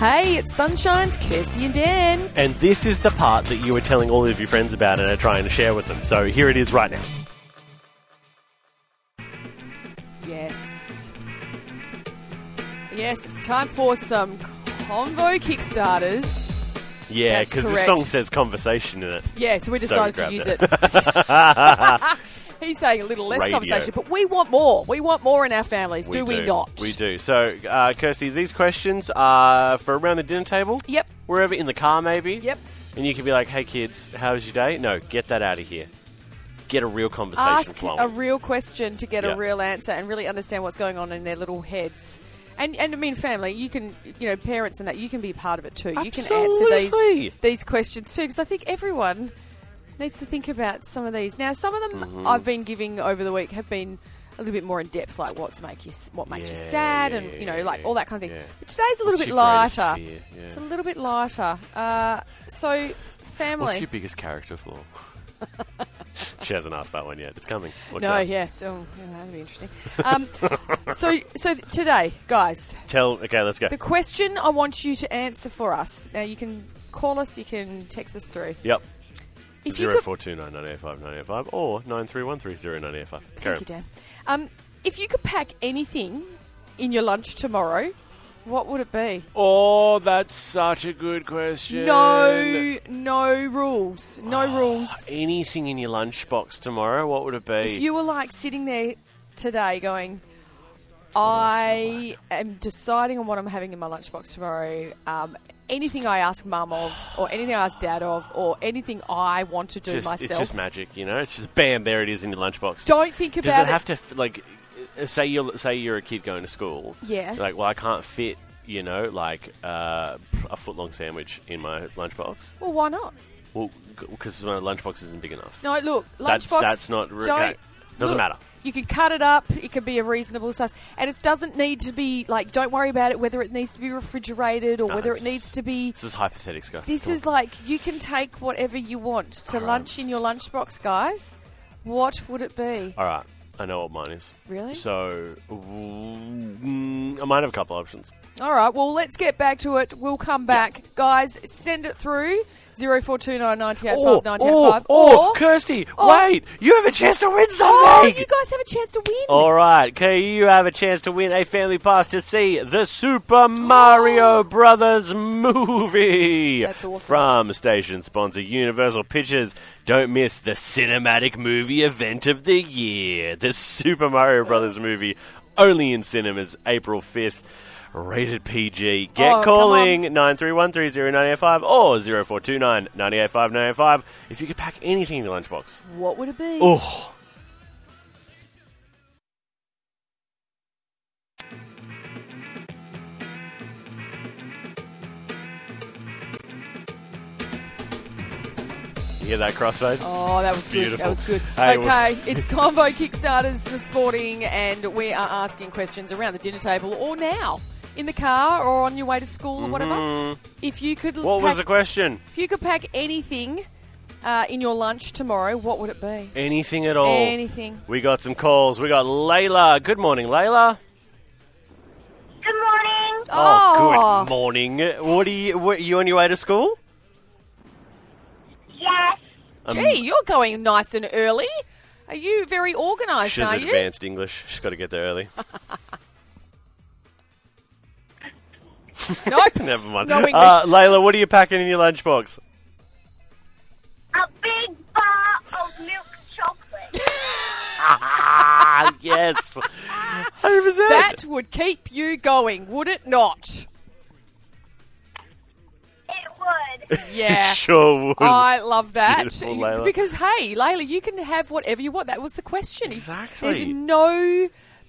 Hey, it's Sunshine's Kirsty and Dan. And this is the part that you were telling all of your friends about and are trying to share with them. So here it is right now. Yes. Yes, it's time for some convo Kickstarters. Yeah, That's because the correct. song says conversation in it. Yeah, so we So decided grab to use that. it. He's saying a little less Radio. conversation, but we want more. We want more in our families, We do, we not? We do. So, uh, Kirsty, these questions are for around the dinner table. Yep. Wherever, in the car maybe. Yep. And you can be like, hey, kids, how was your day? No, get that out of here. Get a real conversation Ask flowing. a real question to get Yeah. a real answer and really understand what's going on in their little heads. And, and I mean, family, you can, you know, parents and that, you can be a part of it too. You can answer Absolutely. these, these questions too, because I think everyone needs to think about some of these. Now, some of them Mm-hmm. I've been giving over the week have been a little bit more in depth, like what's make you, what makes you Yeah, sad, yeah, and you yeah, know, like yeah. all that kind of thing. Yeah. But today's a little What's bit your greatest lighter. fear? Yeah. It's a little bit lighter. Uh, so, family. What's your biggest character flaw? she hasn't asked that one yet. It's coming. Watch No, out. yes. Oh, yeah, that'd be interesting. Um, so, so today, guys, Tell. Okay, let's go. the question I want you to answer for us. Now, you can call us, you can text us through. Yep. If you Zero could, four two nine nine eight five nine eight five or nine three one three zero nine eight five. thank you, Dan. Um, if you could pack anything in your lunch tomorrow, what would it be? Oh, that's such a good question. No, no rules, no rules. Anything in your lunchbox tomorrow? What would it be? If you were like sitting there today going, I am deciding on what I'm having in my lunchbox tomorrow, um, anything I ask mum of, or anything I ask dad of, or anything I want to do just, myself. It's just magic, you know. It's just bam, there it is in your lunchbox. Don't think Does it about it. have to f- like uh, say you say you're a kid going to school? Yeah. You're Like, well, I can't fit, you know, like uh, a foot long sandwich in my lunchbox. well, why not? Well, because my lunchbox isn't big enough. No, look, That's- lunchbox. that's not re- don't- okay. Doesn't look, matter. You can cut it up. It can be a reasonable size, and it doesn't need to be like. Don't worry about it. Whether it needs to be refrigerated or No, whether it it's- needs to be This is hypothetics, guys. This Come is like you can take whatever you want to All right. lunch in your lunchbox, guys. What would it be? on. all right. I know what mine is. Really? So mm, I might have a couple options. All right. Well, let's get back to it. We'll come back, guys. Send it Oh, through zero four two nine ninety eight five ninety eight or, five. or, Oh, Kirsty, or- wait! You have a chance to win something. oh, you guys have a chance to win. All right, Kay, you have a chance to win a family pass to see the Super Mario Brothers movie. That's awesome. From station sponsor Universal Pictures. Don't miss the cinematic movie event of the year. The Super Mario Brothers movie, only in cinemas, April 5th. Rated PG. Get Oh, come calling 93130985 or 0429 985 if you could pack anything in your lunchbox. What would it be? Oh. You hear that crossfade? Oh, that was good. beautiful. That was good. Hey, well- okay, it's combo Kickstarters this morning, and we are asking questions around the dinner table or now in the car or on your way to school or whatever. If you could, Mm-hmm. What was pack- the question? If you could pack anything uh, in your lunch tomorrow, what would it be? Anything at all? Anything. We got some calls. We got Layla. Good morning, Layla. Good morning. Oh, good morning. What are you? What, you on your way to school? Yes. Um, Gee, you're going nice and early. Are you very organised, she's are you? advanced English. She's got to get there early. Nope. Never mind. No English. Uh, Layla, what are you packing in your lunchbox? A big bar of milk chocolate. Ah, yes. 100%. that would keep you going, would it not? It would. Yeah. sure would. I love that Beautiful, Layla. because hey, Layla, you can have whatever you want. That was the question. Exactly. There's no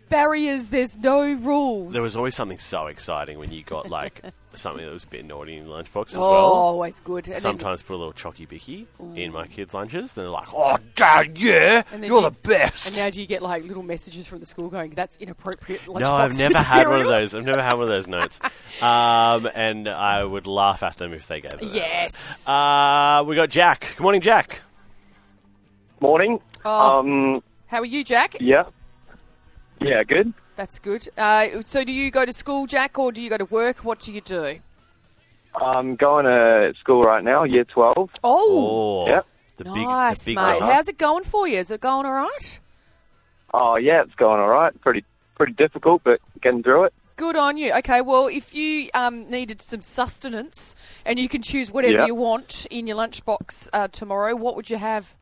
barriers. There's no rules. there was always something so exciting when you got like something that was a bit naughty in your lunchbox as oh, well. always good. And then- Sometimes put a little chocky bicky in my kids' lunches. They're like, "Oh, Dad, yeah, And then you're do- the best." and now do you get like little messages from the school going, "That's inappropriate." no, I've lunchbox never had one of material." those. I've never had one of those notes, um, and I would laugh at them if they gave it. out. Yes. Uh, we got Jack. Good morning, Jack. Morning. Oh. Um, How are you, Jack? yeah. Yeah, good. That's good. Uh, so, do you go to school, Jack, or do you go to work? What do you do? I'm going to school right now, year 12. Oh, Oh, Yep. the big, nice, the big mate. one. How's it going for you? Is it going all right? Oh, yeah, it's going all right. Pretty pretty difficult, but getting through it. Good on you. Okay, well, if you um, needed some sustenance and you can choose whatever Yeah. you want in your lunchbox uh, tomorrow, what would you have?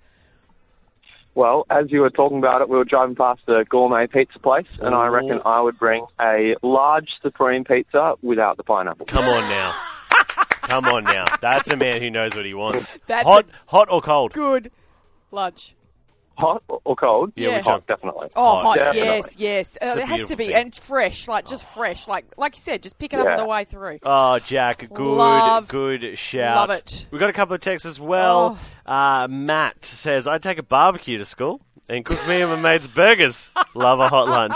Well, as you were talking about it, we were driving past a gourmet pizza place, and I reckon I would bring a large supreme pizza without the pineapple. Come on now. Come on now. That's a man who knows what he wants. That's hot, hot or cold? Good lunch. Hot or cold? Yeah, Yeah. which hot, one? definitely. Oh, Hot. hot. Definitely. Yes, yes. Uh, a it has to beautiful be. thing. And fresh, like just fresh. Like like you said, just pick it up on Yeah. the way through. Oh, Jack, good, Love- good shout. love it. Oh. We've got a couple of texts as well. Uh, Matt says, I take a barbecue to school and cook me and my mates burgers. Love a hot lunch.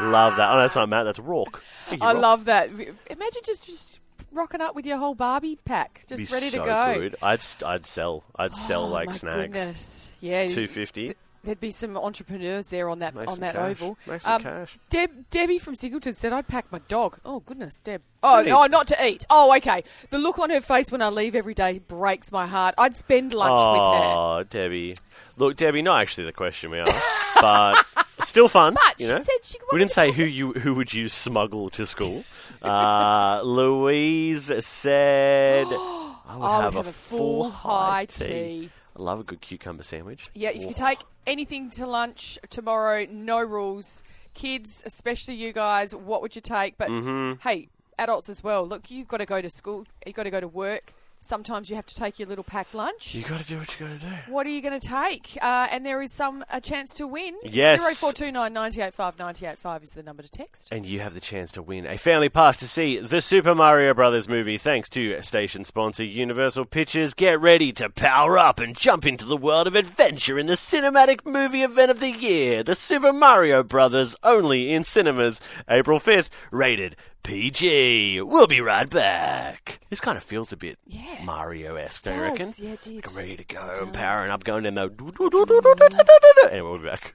Love that. Oh, that's not Matt, that's Rourke. Thank you, I Rourke. love that. Imagine just, just rocking up with your whole Barbie pack, just Be ready so to go. Good. I'd, st- I'd sell. I'd sell Oh, like my snags. Goodness. Yeah. Two fifty. There'd be some entrepreneurs there on that Make on some that cash. oval. Um, Make some cash. Deb, Debbie from Singleton said I'd pack my dog. Oh goodness, Deb. Oh, Really? no, not to eat. Oh, okay. The look on her face when I leave every day breaks my heart. I'd spend lunch with her. Oh, Debbie. Look, Debbie. Not actually the question we asked, but still fun. But you she know? said she We wanted didn't to say who you who would you smuggle to school. uh, Louise said, "I would I have, would a, full high tea. I love a good cucumber sandwich. Yeah, if you Oh. take anything to lunch tomorrow, no rules. Kids, especially you guys, what would you take? But Mm-hmm. hey, adults as well. Look, you've got to go to school. You've got to go to work. Sometimes you have to take your little packed lunch. you got to do what you got to do. What are you going to take? Uh, and there is some a chance to win. Yes. Zero four two nine ninety eight five ninety eight five is the number to text. And you have the chance to win a family pass to see the Super Mario Brothers movie thanks to station sponsor Universal Pictures. Get ready to power up and jump into the world of adventure in the cinematic movie event of the year, the Super Mario Brothers, only in cinemas, April 5th, rated PG. We'll be right back. This kind of feels a bit Yeah. Mario esque, don't you Does, reckon? yeah, it did. I'm ready to go, I'm powering up, going down the. Anyway, we'll be back.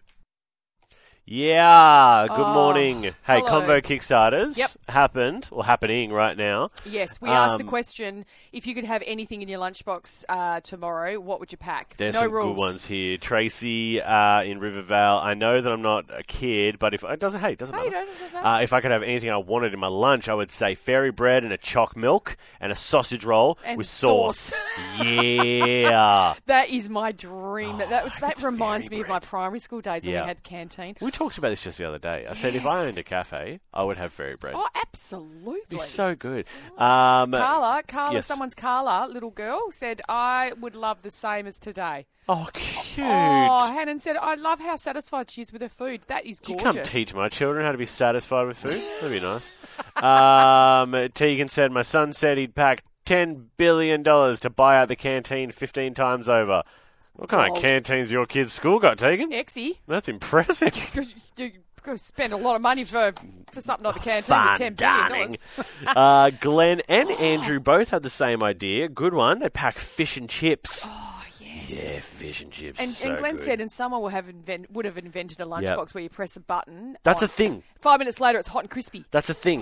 Yeah, good Oh, morning. Hey, hello. Convo Kickstarters Yep. happened or happening right now. Yes, we asked the Um, question: if you could have anything in your lunchbox uh, tomorrow, what would you pack? There's no some rules. good ones here. Tracy uh, in Rivervale. I know that I'm not a kid, but if it doesn't, hey, it doesn't Hey, matter. don't- it doesn't matter. Uh, if I could have anything I wanted in my lunch, I would say fairy bread and a choc milk and a sausage roll And with sauce. yeah, That is my dream. that that, that Oh, it's reminds very me of my bread. primary school days when Yeah. we had canteen. we talked about this just the other day. I said if I owned a cafe, I would have fairy bread. Oh, absolutely. It'd be so good. Um, Carla, Carla, Yes. someone's Carla, little girl, said, I would love the same as today. oh, cute. Oh, Hannon said, I love how satisfied she is with her food. That is You gorgeous. come teach my children how to be satisfied with food. That'd be nice. Um, Tegan said, "My son said he'd pack ten billion dollars to buy out the canteen fifteen times over." What kind Gold. of canteens your kid's school got, Tegan? Exy, That's impressive. you you've got to spend a lot of money for, for something not a canteen with $10 Fun, billion. darling. uh, Glenn and Andrew both had the same idea. Good one. They pack fish and chips. Oh, yes. Yeah, fish and chips. And, so and Glenn good. said, and someone will have invent, would have invented a lunchbox where you press a button. "That's on- a thing." Five minutes later, it's hot and crispy. That's a thing.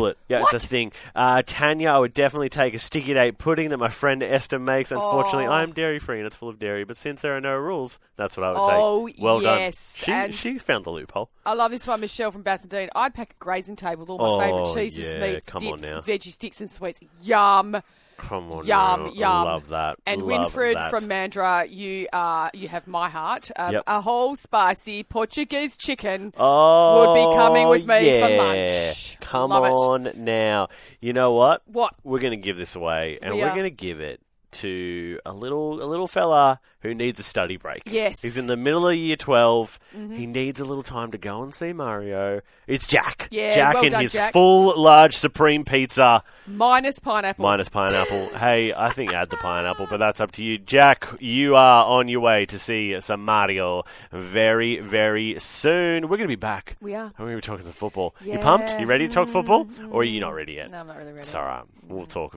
what? it. Yeah, What? it's a thing. Uh, Tanya, I would definitely take a sticky date pudding that my friend Esther makes. Unfortunately, Oh. I'm dairy free and it's full of dairy, but since there are no rules, that's what I would Oh, take. Well yes, done. and- She, she found the loophole. I love this one, Michelle from Bassendean. I'd pack a grazing table with all my Oh, favourite cheeses, yeah, meats, come on dips, now. veggie sticks, and sweets. Yum. Come on, Yum, now. yum. Love that. And Love Winfred that. from Mandra, you uh, you have my heart. Um, Yep. A whole spicy Portuguese chicken. oh, would be coming with me yeah. for lunch. Come Love it. on now. You know what? What? We're going to give this away, and We we are are. going to give it to a little a little fella who needs a study break. Yes. Mm-hmm. he's in the middle of year 12 He needs a little time to go and see Mario. It's Jack. Yeah, Jack well and done, his Jack. full large supreme pizza Minus pineapple. minus pineapple. hey, I think add the pineapple, but that's up to you, Jack. You are on your way to see some Mario very very soon. We're going to be back. We are. We're going to be talking some football. You pumped? You ready to talk football, or are you not ready yet? No, I'm not really ready. It's all right. We'll talk.